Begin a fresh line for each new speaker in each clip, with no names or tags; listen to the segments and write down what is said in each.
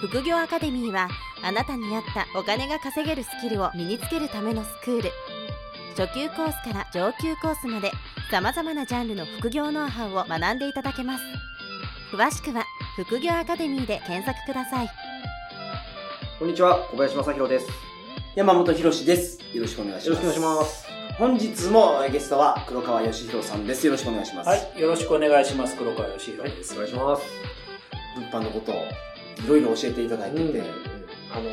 副業アカデミーはあなたに合ったお金が稼げるスキルを身につけるためのスクール初級コースから上級コースまでさまざまなジャンルの副業ノウハウを学んでいただけます詳しくは「副業アカデミー」で検索ください
こんにちは、小林正宏です。よ
山本博史です。よろしくお願いし
ろ
ま
し
す。
くお願いします。
本日もえーゲストは黒川義弘さんです。よろしくお願いします。
はい、よろしくお願いします。黒川義弘です。
します。
物販のことをいろいろ教えていただいてて、
あの、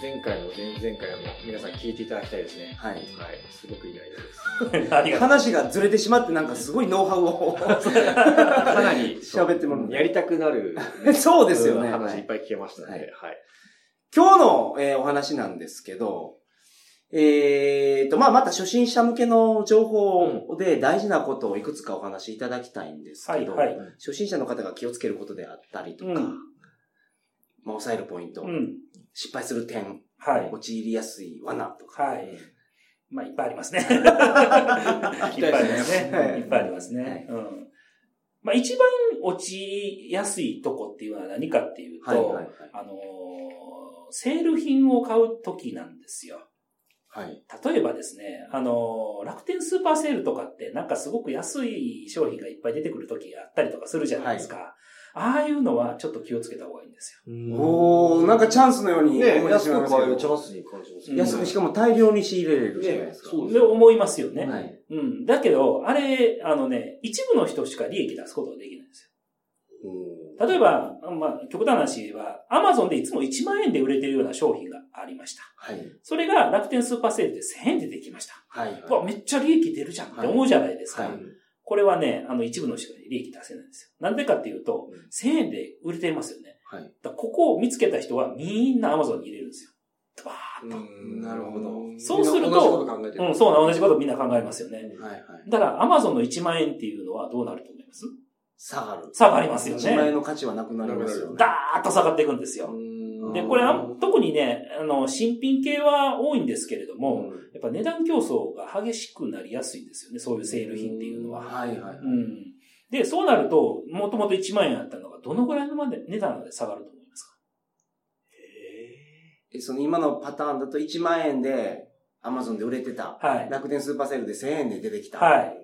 前回も前々回も皆さん聞いていただきたいですね。
はい
はい。すごくいい内 容です。
ありがとう。
話がずれてしまってなんかすごいノウハウ を。
かなり
喋ってもらう、
やりたくなる
そうですよね
話いっぱい聞けましたので、はい。
今日の、えーお話なんですけど、えーと、まあ、また初心者向けの情報で大事なことをいくつかお話しいただきたいんですけど、
はいはい
初心者の方が気をつけることであったりとか、
うん
まあ、抑えるポイント、
うん。
失敗する点、
はい。
陥りやすい罠とか、
はい。まあ、いっぱいあり ますね。いっ
は
ぱいありますね。
はい
いっぱいあります
はい
ね。うん。まあ、一番落ちやすいとこっていうのは何かっていうと、
いはい
あのーセール品を買うときなんですよ。
はい。はい。
例えばですね、あのー楽天スーパーセールとかってなんかすごく安い商品がいっぱい出てくるときあったりとかするじゃないですか。ああいうのはちょっと気をつけた方がいいんですよ。
おー、なんかチャンスのように
ね
思えてし
安
まいま
く
すけ
買え
ど
るチャンスに感じます
うん
安く、しかも大量に仕入れれるじゃないですか。
ねそう
で思いますよね。
はい。
うん。だけど、あれ、あのね、一部の人しか利益出すことができないんですよ。例えば、まあ、極端な話は、アマゾンでいつも1万円で売れてるような商品がありました。
はい。
それが楽天スーパーセールで1000円でできました。
はい。
うわ、めっちゃ利益出るじゃんって思うじゃないですか。
はい
これはね、あの、一部の人が利益出せないんですよ。なんでかっていうと、1000円で売れてますよね。
はい。
だからここを見つけた人はみんなアマゾンに入れるんですよ。バーッと。
なるほど
そうすると
同じこと考えてる。
うん、そうな、同じことみんな考えますよね。
はいはい。
だから、アマゾンの1万円っていうのはどうなると思います
下がる。
下がりますよ
1万円
ね。
の価値はなくなりますよね。
ダーッと下がっていくんですよ。
う
で、これ、あ
うん
特にね、あの、新品系は多いんですけれども、やっぱ値段競争が激しくなりやすいんですよね、そういうセール品っていうのは。
はいはい。
うん。で、そうなると、もともと1万円あったのが、どのぐらいのまで値段まで下がると思いますか
えその今のパターンだと1万円で Amazon で売れてた。
はい。
楽天スーパーセールで1000円で出てきた。
はい。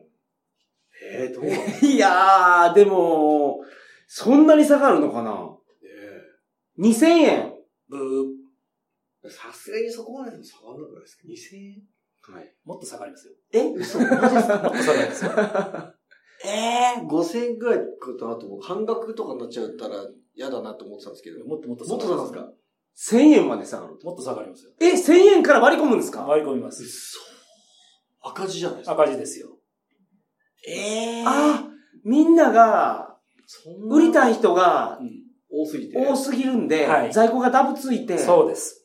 えー、どうなんだろうね
いやー、でも、そんなに下がるのかな ?2000 円。
ブー、
さすがにそこまでも下がんなくないですか ?2000 円
はい。
もっと下がりますよ。
え
嘘マジですか
もっと下がりますよ。
ええ5000円ぐらいだなと思う。半額とかになっちゃったら嫌だなと思ってたんですけど。
もっともっと
もっとなんですか
1000円まで下がる。
もっと下がりますよ。
え、1000円から割り込むんですか
割り込みます。
嘘。赤字じゃないですか。
赤字ですよ。
ええ
あみんなが、
そんな
売りたい人が
うん。
多すぎて。
多すぎるんで、
はい
在庫がダブついて、
そうです。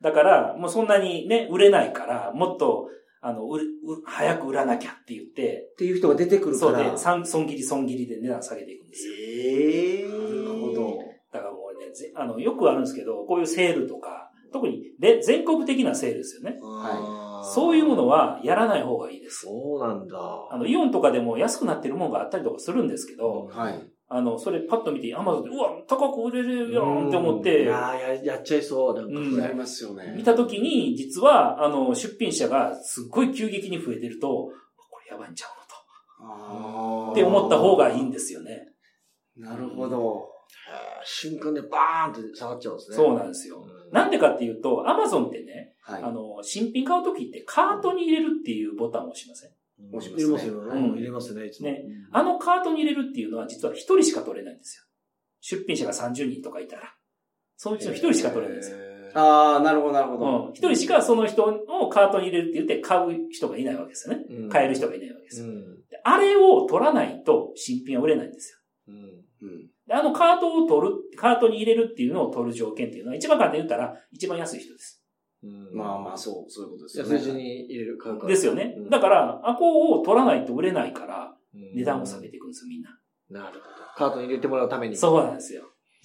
だから、もうそんなにね、売れないから、もっと、あの、売れう早く売らなきゃって言って、
っていう人が出てくるか
そう
ら
で、、損損切り損切りで値段下げていくんですよ。
ええ
なるほど。
だからもうね、ぜあの、よくあるんですけど、こういうセールとか、特にで全国的なセールですよね。
は
そういうものはやらない方がいいです。
そうなんだ。
あの、イオンとかでも安くなってるものがあったりとかするんですけど、
はい。
あの、それパッと見て、アマゾンで、うわ、高く売れるやんって思っ
い
て、
やーや、やっちゃいそう。なんか、
うん
これ
ますよね
見たときに、実は、あの、出品者がすっごい急激に増えてると、これやばいんちゃうのと。
あー
って思った方がいいんですよね。
なるほど。
へー瞬間でバーンって下がっちゃうんですね。
そうなんですよ。
うん
なんでかっていうと、アマゾンってね、
はい
あ。の、新品買うときってカートに入れるっていうボタンを押しません。
うん
押し
入
ますね
れますよね。
うん
入れますね、いつも。
ねあのカートに入れるっていうのは実は一人しか取れないんですよ。出品者が30人とかいたら。そのうちの一人しか取れないんですよ。
へー
ああ、なるほど、なるほ
う
ど。
ん。一人しかその人をカートに入れるって言って買う人がいないわけですよね。
うん
買える人がいないわけです
う
よ。
ん
であれを取らないと新品は売れないんですよ。
うん
うん。
であのカートを取る、カートに入れるっていうのを取る条件っていうのは、一番簡単に言ったら、一番安い人です。
うん
まあまあ、そう、そういうことですよ
安い時
ね。
に入れる、買うから。
ですよね
うん。
だか、ら、アコを取らないと売れないから、
うん
値段を下げていくんですよ、みんな。
なるほど。カートに入れてもらうために。
そうなんですよ。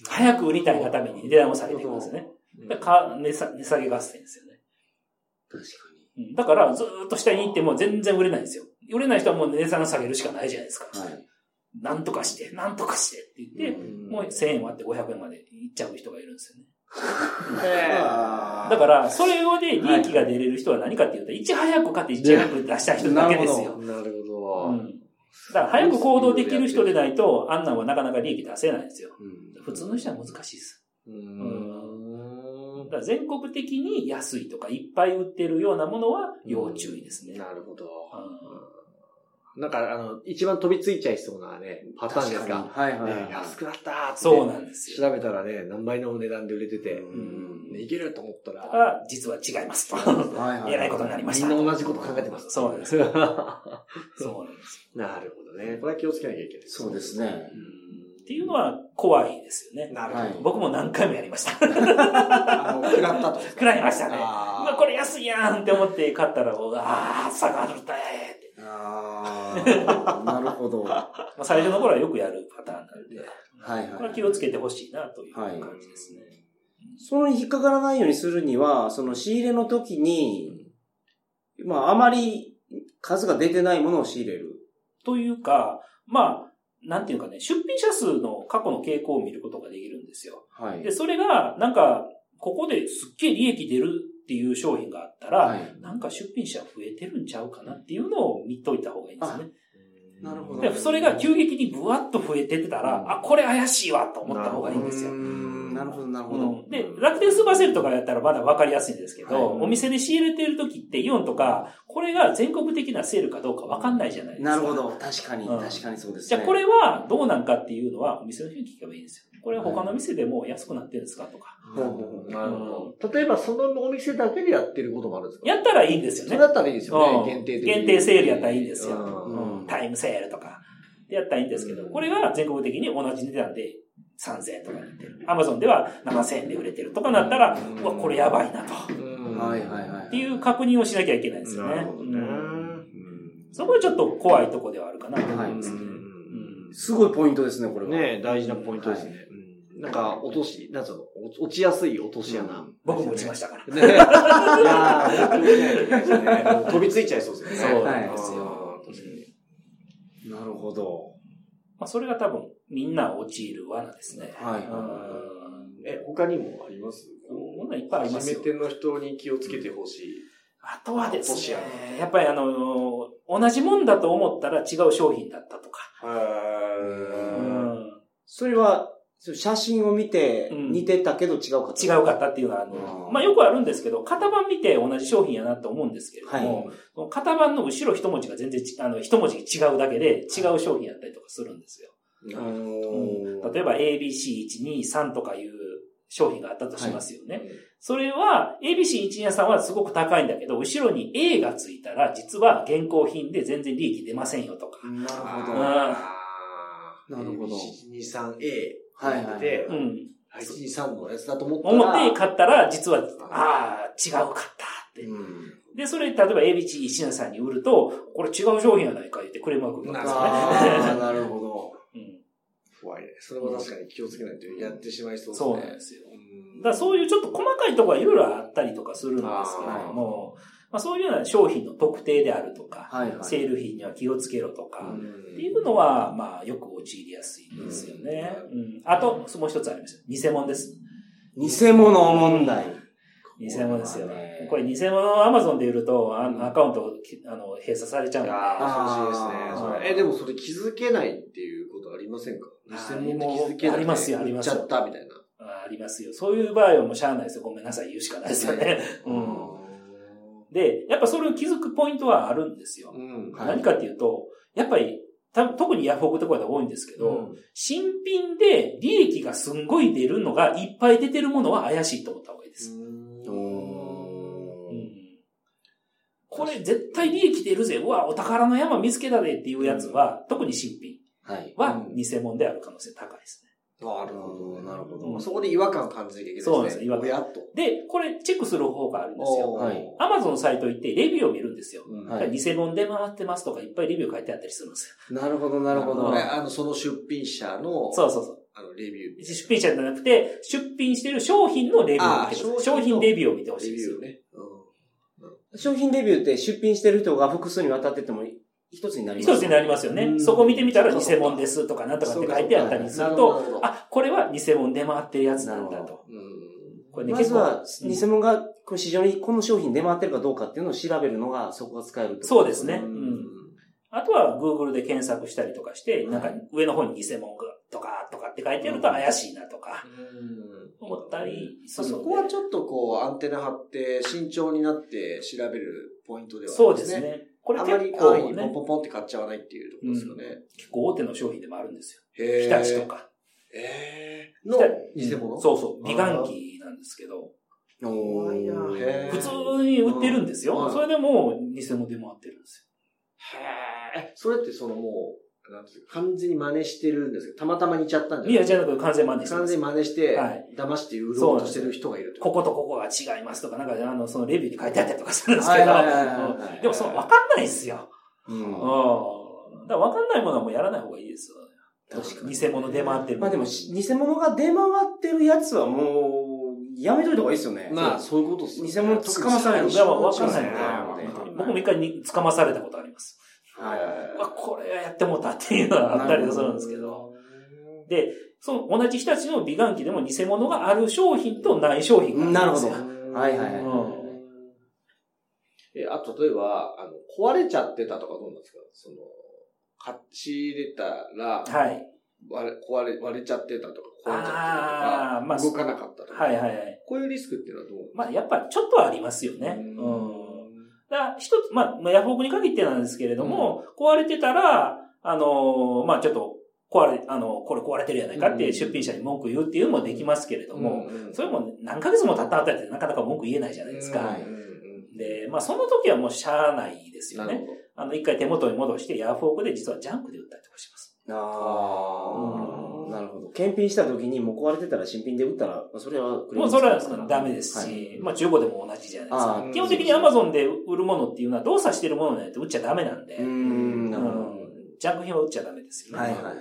早く売りたいがために値段を下げていくんですよね。
うん。
だからか値下値下げ合戦ですよね。
確か
うんだから、ずーっと下に行っても全然売れないんですよ。売れない人はもう値段を下げるしかないじゃないですか。
に。はい。
なんとかして、なんとかしてって言って、
うん
もう1000円割って500円までいっちゃう人がいるんですよね。
え
あー
だから、それをで利益が出れる人は何かっていうと、いち早く買っていち早く出したい人だけですよ。
えなる
う
ほど。
ん。だから早く行動できる人でないと、あんなんはなかなか利益出せないんですよ。
うん
普通の人は難しいです。
うーん
だから全国的に安いとかいっぱい売ってるようなものは要注意ですね。
なるほど。
うん
なんか、あの、一番飛びついちゃいそうなね、パターンですか。
はいはい
ね
はい。
安
く
くなったーって。
そうなんですよ。
調べたらね、何倍のお値段で売れてて、
ん
ねいけると思った、
だからら、実は違います と。
はいはい。
えらいことになりまし
み
た。
んな同じこと考えてます。
そうなんです。そうなんです。
なるほどね。これは気をつけなきゃいけない。
そうです ね。
うん。
っていうのは怖いですよね。
なる
は
ほ
い
ど。
僕も何回もやりました。
あの、食らったと。
食らいましたね。うわ
あ
これ安いやんって思って買ったら、ああ、下がるだえって。
ああ、なるほど。は
まあ、最初の頃はよくやるパターンなんで、
い
これ
は。
はい気をつけてほしいなという
はい
感じですね。
その引っかからないようにするには、その仕入れの時に、まあ、あまり数が出てないものを仕入れる。
というか、まあ、なんていうかね、出品者数の過去の傾向を見ることができるんですよ。
はい。
で、それが、なんか、ここですっげえ利益出るっていう商品があったら、
はい
なんか出品者増えてるんちゃうかなっていうのを見といた方がいいですね。
ー
なるほど
で、それが急激にブワッと増えてたら、
うん
あ、これ怪しいわと思った方がいいんですよ。
うーんなるほど、なるほど。
うんで、楽天スーパーセールとかやったらまだ分かりやすいんですけど、
はい
お店で仕入れてる時ってイオンとか、これが全国的なセールかどうか分かんないじゃないですか。
なるほど。確かに、
うん
確かにそうです
じ
ね。
ゃあこれはどうなんかっていうのはお店の人に聞けばいいんですよ。これは他の店でも安くなってるんですかとか。
ほうほうなるほど。例えば、そのお店だけでやってることもあるんですか
やったらいいんですよ
それ
ね
だ。ったらいいですよ
うん
ね。限定的に
限定セールやったらいいんですよ。
うん
うんタイムセールとか。でやったらいいんですけど、
うん
これが全国的に同じ値段で3000円とかになってる。アマゾンでは7000円で売れてるとかなったら、
うん
うわ、これやばいなと。
うん
はいはいはい。
っていう確認をしなきゃいけないですよね。
なるほどね。
うんそこはちょっと怖いとこではあるかなと思いますね。
はい
うん
すごいポイントですね、これは。
ねえ大事なポイントですね。うんなんか、落とし、なんつうの、落落ちやすい落とし
う
穴
ん。
僕も打ちま
し
したから。
た。ねえ。い やー本当にねもう飛びついちゃいそうですよね。
そう
なんです
よ
あー確かに
なるほど。
まあ、それが多分みんな陥る罠ですね。
はい
うん
え、他にもあります
ものいっぱいありますよ
初めての人に気をつけてほしい。
あとはです
落とし
ね、やっぱりあの、同じもんだと思ったら違う商品だったとか。う
は
ん
それは、そう写真を見て、
うん
似てたけど違うかった
違うかったっていうのは、あの
あー
まあ、よくあるんですけど、型番見て同じ商品やなと思うんですけれども、
は
その型番の後ろ一文字が全然ち、あの、一文字違うだけで違う商品やったりとかするんですよ。
い。
うん
え
例えば ABC123 とかいう商品があったとしますよね。それは ABC123 はすごく高いんだけど、後ろに A がついたら実は現行品で全然利益出ませんよとか。
なるほど。
あー
なるほど
123A。
はいはい
で
う、ん。
123のやつだと思ったら。
思って買ったら実は、ああ、違うかったって。
うん
で、それ例えば ABC123 に売ると、これ違う商品やないか言ってクレームが来るんですよ
あ
ね
あ、なるほど。
うん。
怖いね。それも確かに気をつけないとやってしまいそうですね。
そうなんですよ。
う
だ
ん
からそういうちょっと細かいところはいろいろあったりとかするんですけれども、まあ、そういうような商品の特定であるとか、
はいはい。
セール品には気をつけろとか、
うん
っていうのは、まあ、よく陥りやすいんですよね。うん。あと、もう一つあります。偽物です。
偽物問題。
偽物ですよ
これはね
ね。これ、偽物を Amazon で売ると、あ
うん
のアカウント、きあの、閉鎖されちゃうんで。
ああ、恐ろしいですね。そ
あー
れえ、でもそれ気づけないっていうことありませんか
あー
偽物って気づけない。
ありますよあります
売
よ
っちゃったみたいな。
あありますよ。そういう場合はもうしゃあないですよ。ごめんなさい。言うしかないですよね。うん。で、やっぱそれを気づくポイントはあるんですよ。
うん。
はい
何かっていうと、やっぱり、た特にヤフオクとかで多いんですけど、新品で利益がすんごい出るのがいっぱい出てるものは怪しいと思った方がいいです。
うん
うんこれ絶対利益出るぜ。うわ、お宝の山見つけたでっていうやつは、特に新品
はい。
は偽物である可能性高いです
なるほど。
なるほど
まあそこで違和感感じなきゃいけないですね。
そうなんですよ違和感
ぼやっと。
で、これチェックする方があるんですよ。
はい
お
アマゾンのサイト行ってレビューを見るんですよ。
ーうん
はい
だから偽物で回ってますとかいっぱいレビュー書いてあったりするんですよ。
なるほど、なるほど。
これあの、その出品者の、
そうそうそう。
あの、レビュー。
出品者じゃなくて、出品してる商品のレビューを見てくださ
あ
い
ー
商
商品の
品レビューを見てほしい
レ
で
ビ
す
ュー
よ。
ね。うん
商品レビューって出品してる人が複数にわたってても一つになります
一つになりますよ
う
ね。
ん
そこ見てみたら偽物ですとかなんとかって書いてあったりすると、
なるほど
あ、これは偽物で回ってるやつなんだ
なる
と。
うん
これね、
まず
結構
は、、偽物がこう市場にこの商品出回ってるかどうかっていうのを調べるのがそこが使えるってこ
そう
と
ですね。う
うん
ん。あとは Google で検索したりとかして、
はい
なんか上の方に偽物がとかとかって書いてあると怪しいなとか思ったりす
まあ
るの
そ
で。
こはちょっとこう、アンテナ張って、慎重になって調べるポイントでは
そ
あ
うで
りますすね。
ね。これ
あん
結
まり安易
構
にポン
ね、
ポンポンって買っちゃわないっていうところですよね。
結構大手の商品でもあるんですよ。
へ
日
ー
立と。か。
えー、
日
の偽
立
物
そうそう。美顔器なんですけど、
うお
怖いな
ー
へー
普通に売ってるんです
うん
よ。
はい
それでも偽物でもあってるんです
へえ。それってそのもう、なんていうか完全に真似してるんですけど、たまたま似ちゃった
よ。
んじゃ
い
な
や、
い
じゃなく完全真似して
完
ま
全
す
に真似して
はい、
騙して売ろうとしてる人がいるって。
ことことここが違いますとか、なんかあの、そのレビューに書いてあったりとかするんです
は
け
い
ど
はいはいはいは
う
い
ん、でもその分かんないですよ。
うん
うん。だから分かんないものはもうやらない方がいいですよ。
確かに
偽物出回ってる。
まあでも、し偽物が出回ってるやつはもう、やめといた方がいいですよね。
まあ、そういうことですよね
偽物捕まされる
いや、まあ分かんない
そうですね
ね。本当に僕も一回に捕まされたことあります。
はいはいはい
あ、これやってもうたっていうのはあったりするんですけど。。で、その同じ日立の美顔器でも偽物がある商品とない商品があるんですよ。
なるはい
い
はいはい
え、あと、例えば、あの、壊れちゃってたとかどうなんですかその、買い入れたら、
はい。
割れ、壊れ、割れちゃってたとか、壊れち
ああ
ゃ
ー、
って
ま
た
あ、
とか、動かなかったとか、
はいはいはい。
こういうリスクっていうのはどうなんですか
まあ、やっぱちょっとはありますよね。うん。だから一つ、まあまあ、ヤフオクに限ってなんですけれども、壊れてたら、あのーまあちょっと、壊れ、あの、これ壊れてるやないかっ
う
て
ん
出品者に文句言うっていうのもできますけれども、
うん
それも何ヶ月も経ったあたりでなかなか文句言えないじゃないですか。
うん
はい
うん
で、まあその時はもうしゃあないです
うんな
よ
る
ね
ほ。ど。
あの、一回手元に戻して、ヤフオクで実はジャンクで売ったりとかします。
ああ、
うん
なるほど。検品した時にもう壊れてたら新品で売ったら、まあそれはクレーム
もう
つ
そ
き
れ
ま
は
すから
ダメですし、
はい
まあ中古でも同じじゃないで
あ
すか。
ー
基本的に Amazon で売るものっていうのは動作してるものじゃないと売っちゃダメなんで、
うーん、なるほど。
うんジャンク品は売っちゃダメですよね。
はいはいはい。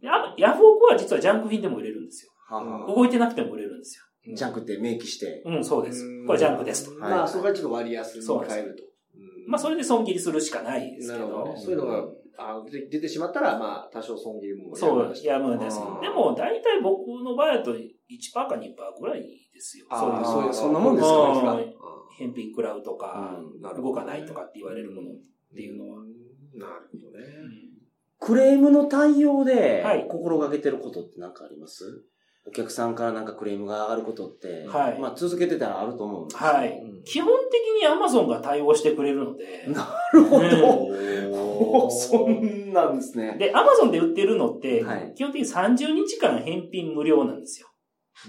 であヤフオクは実はジャンク品でも売れるんですよ。
はあは
動いてなくても売れるんです
あジャンクって明記して。
よ。うん、そう
そ
です。これジャンクですと。
はい
まあ、そこはちょっと割安に変えると。
まあ、それで損切りするしかないです
な
け
る
ど。
ほどね。そういうのが、あ出て出てしまったら、まあ、多少損切りも。
そう、やむんです
う。ん
でも、大体僕の場合だと1%か2%ぐらいですよ。そうい
あ
う
あ、
そう
そう
い
いうう、
そんなもんです
か
そう
うん
ですか
返品食らうとか、
うん
なるほど
動かないとかって言われるものっていうのは。
なるほどね。
クレームの対応で
はい
心がけてることって何かあります、お客さんからなんかクレームが上がることって、
はい
まあ続けてたらあると思うんですけど。
は
ない
うん。
基本的に Amazon が対応してくれるので。
るほ
うん
ど。おーそんなんですね。
で、Amazon で売ってるのって
はい、
基本的に30日間返品無料なんですよ。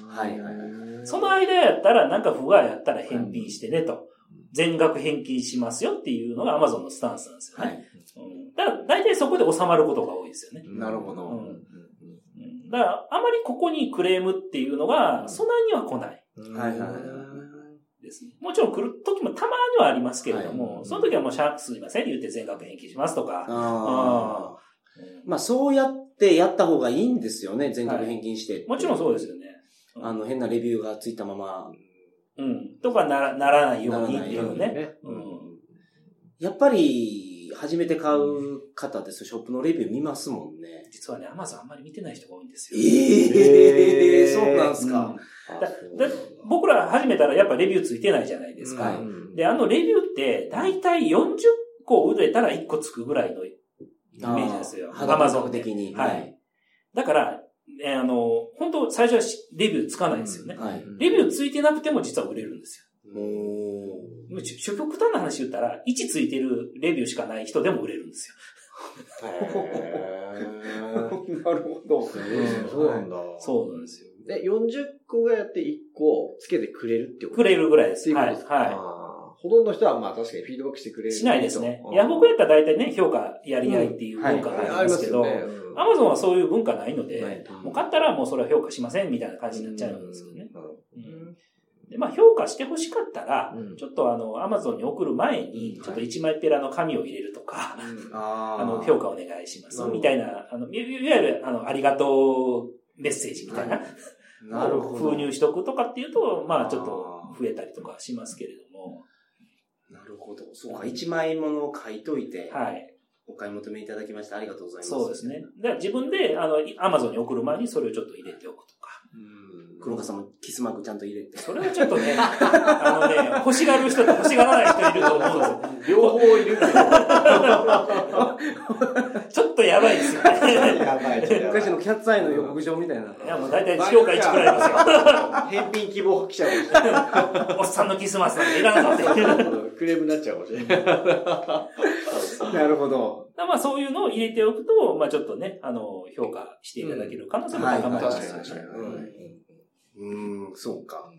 はいはいは
その間やったら、なんか不具合やったら返品してねと。全額返金しますよっていうのが Amazon のスタンスなんですよ
は
ね。
い。
うんだから大体そこで収まることが多いですよね。
なるほど。
うんうんだからあまりここにクレームっていうのが、そんなには来ない
はいはいはい
ですね。もちろん来る時もたまにはありますけれども、
はい
その時はもうシャークすいませんって言って全額返金しますとか。
ああ。
うん
まあそうやってやった方がいいんですよね。全額返金して。。
もちろんそうですすよね。うん
あの変なレビューがついたまま。
うん。とかならならないようにっ
ならな
て
い
い
よう
う
に
ね。
ね。
うん
やっぱり、初めて買う方ですとショップのレビュー見ますもんね。
実はね、Amazon あんまり見てない人が多いんですよ。
ええ
えー
そうなん
です
か。
だだ僕ら始めたらやっぱレビューついてないじゃないですか。
はい
で、あのレビューって、だいたい40個売れたら1個つくぐらいの。
イ
メージですよ
肌感
Amazon
覚
で
的に。
はい。だから、えーあの、本当最初はしレビューつかないんですよね。
はい。
レビューついてなくても実は売れるんです
も
よ。もう、主極端な話言ったら、1ついてるレビューしかない人でも売れるんですよ。
う。なるほど。
そうなんだ。
そうなんですよ。
で、40個がやって1個つけてくれるってこと
くれるぐらいで
って
す。
いうこ
は
と
い。
ですか
は
ほとんどの人はまあ確かにフィードバックしてくれる。
しないですね
う。ん
ヤフオクやったら大体ね、評価やり合いっていう文化があ
あ
り
り
ま
ますす
け
よ
ど、
ね。
アマゾンはそういう文化ないので、
ないと思う
もう買ったらもうそれは評価しませんみたいな感じになっちゃうんですよね。
なるほ
うんでまあ評価してほしかったら、
うん
ちょっとあの、アマゾンに送る前に、ちょっと一枚ペラの紙を入れるとか、
ど。うん
あー
あの、評価お願いします
なるほど
みたいな、あの、いいわゆる、あの、ありがとうメッセージみたいな、
なるほど。
封入しとくとかっていうと、まあちょっと
あー
増えたりとかしますけれども、
なるほど。そうか、一枚物を書いといて、
はい。
お買い求めいただきましてありがとうございます。
そうですね。だから自分で、あの、アマゾンに送る前にそれをちょっと入れておくとか。
うん
黒川さんもキスマークちゃんと入れて。
それはちょっ とね、あのね、欲しがる人と欲しがらない人いると思うんですよ。
両方いるけど。
ちょっとやばいですよね。
やばい。
昔のキャッツアイの予告状みたいな。
いや、もう大体評価1くらいで
返品希望記者
すよ。 おっさんのキスマスなんていらんぞって。だ か
クレームになっちゃうかもしれない。
なるほど。
らまあそういうのを入れておくと、まあちょっとね、あの、評価していただける可能性も高まりますよね。
確かに確かに
うん
うーん、そうか。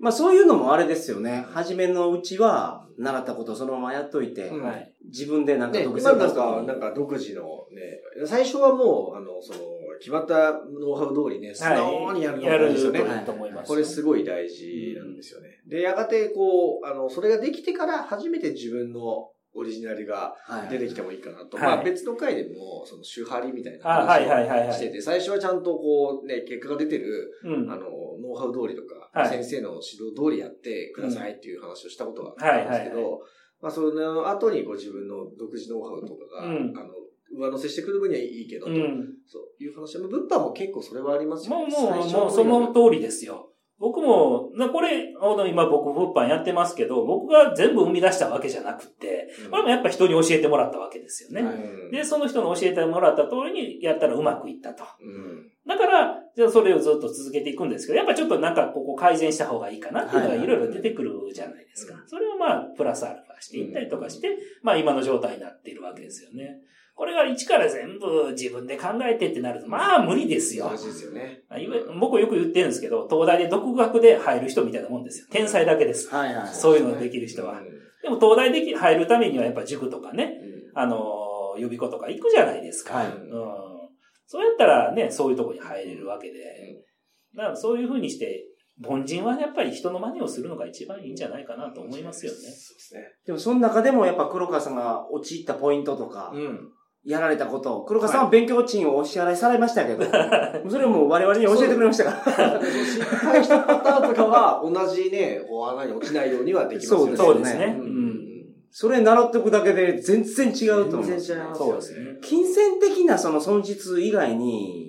まあそういうのもあれですよね。初めのうちは、習ったことをそのままやっといて、
うん
はい。
自分でなんか
ね、
独
今
占
なんか、なんか独自のね、最初はもう、あの、その、決まったノウハウ通りね、素直にやるの
や
がいい
る
ですよね。
といいと思います。
これすごい大事なんですよね。で、やがてこう、あの、それができてから初めて自分のオリジナルが
はい
出てきてもいいかなと。
はい
まあ別の回でも、その、手張りみたいな
あ、はい
話
はいはい
を
は
して
い。
て、最初はちゃんとこう、ね、結果が出てる、
う
あ
ん。
の、
はい
ノウハウ通りとか、
はい
先生の指導通りやってくださいっていう話をしたことがあ
は
る
い
ん
は
ですけ
い。
ど、まあその後にこう自分の独自ノウハウとかが、
うん
あの、上乗せしてくる分にはいいけどと、
うん。
そういう話。まあ物販も結構それはありますよ
も
ね。
う、も
最
う、
初
も
は
う
と
そ
にかく
の通りですよ。僕も、なこれ、あの今僕、物販やってますけど、僕が全部生み出したわけじゃなくて、これもやっぱ人に教えてもらったわけですよね。
うん
で、その人の教えてもらった通りにやったらうまくいったと。
うん
だから、じゃあそれをずっと続けていくんですけど、やっぱちょっとなんかここ改善した方がいいかなっていうのが
はい
いろいろ出てくるじゃないですか
う。
それをまあ、プラスアルファしていったりとかして、まあ今の状態になっているわけですよね。これが一から全部自分で考えてってなると、まあ無理ですよ。
難しいですよね。
あいわゆる僕よく言ってるんですけど、東大で独学で入る人みたいなもんですよ。天才だけです。
はいはい。
そういうのができる人は
うん。
でも東大で入るためにはやっぱ塾とかね、
う
あのー予備校とか行くじゃないですか。
はい
うん。そうやったらね、そういうとこに入れるわけで。だからそういうふうにして、凡人はやっぱり人の真似をするのが一番いいんじゃないかなと思いますよね。
そうですね。
でもその中でもやっぱ黒川さんが陥ったポイントとか、
うん。
やられたこと、黒川さんは勉強賃をお支払いされましたけ ど、それもう我々に教えてくれましたから。
失敗したパターンとかは、同じね、こう穴に落ちないようにはできますよね。
そう
ですね
ん
うん
それ習っておくだけで全然違うと思う。
全然違いますよ
そ
ね。
うですね
金銭的なその損失以外に、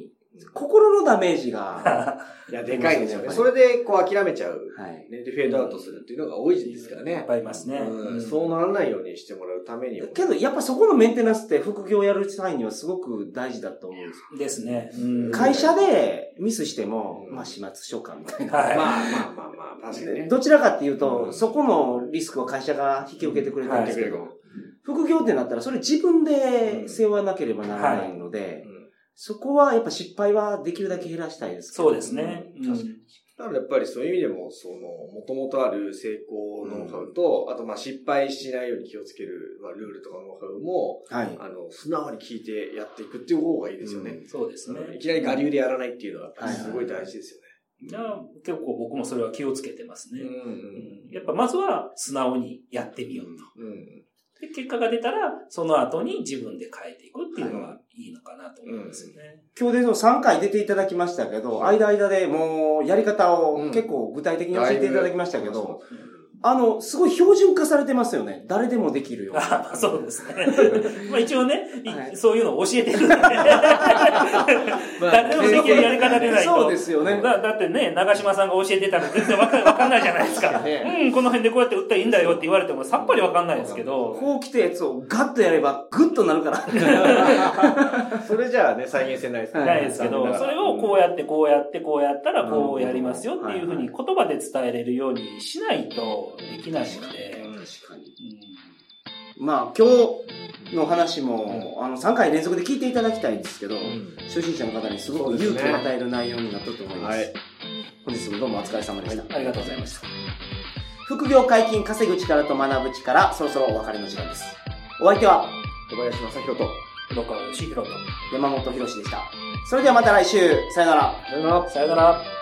心のダメージが、
いや、でかいですよ
や
ね。
っぱり
それで、こう、諦めちゃう。
はい。
ね、で、フェードアウトするっていうのが多いですから
いっ
ね。
ぱいいますね。
うんそうならないようにしてもらうためには。
けど、やっぱそこのメンテナンスって副業やる際にはすごく大事だと思うんですよ。
ですね。うん
会社でミスしても、
うん
まあ始末書かみたいな。
はい。
まあまあまあまあ、確かにね。
どちらかっていうと、
うん
そこのリスクは会社が引き受けてくれたんですけど、
はい
副業ってなったらそれ自分で背負わなければならないので、
うん
そこはやっぱ失敗はできるだけ減らしたいですけど。
そうですね。うん
確かだからやっぱりそういう意味でも、その、もともとある成功ノウハウと、あとまあ失敗しないように気をつける、まあ、ルールとかノウハウも、
はい。
あの、素直に聞いてやっていくっていう方がいいですよね。
うん
そうですね。
いきなり我流でやらないっていうのは、すごい大事です
じ
よ
ゃあ結構僕もそれは気をつけてますね。
ね。うん
うんやっぱまずは素直にやってみようと。
うん。
で、結果が出たら、その後に自分で変えていくっていうのがいいのかなと思いますよね。
今日でその3回出ていただきましたけど、間間でもうやり方を結構具体的に教えていただきましたけど、あの、すごい標準化されてますよね。誰でもできるよう
あ
に。
まあそうですね。 まあ一応ね、い
はい
そういうのを教えて るんで。 誰でもできるやり方でないと。
そうですよね。
だだってね、長嶋さんが教えてたら全然わかわかんないじゃないで すか。
確かに
うん、この辺でこうやって打ったらいいんだよって言われてもさっぱりわかんないですけど。
こう来たやつをガッとやればグッとなるから。
それじゃあね、再現性ないです
は
ないですけど、それをこうやって、こうやって、こうやったら、こうやりますよっていうふうに言葉で伝えれるようにしないとできないので、
うん
かに。
うん
まあ今日の話も、あの3回連続で聞いていただきたいんですけど、初心者の方にすごく勇気を与える内容になったと思います。
はい
本日もどうもお疲れ様でした。
ありがとうございました。
副業解禁稼ぐ力と学ぶ力、そろそろお別れの時間です。お相手は、小林正宏と
黒川義弘と。
山本博史でした。それではまた来週、さよなら。
さよなら。
さよなら。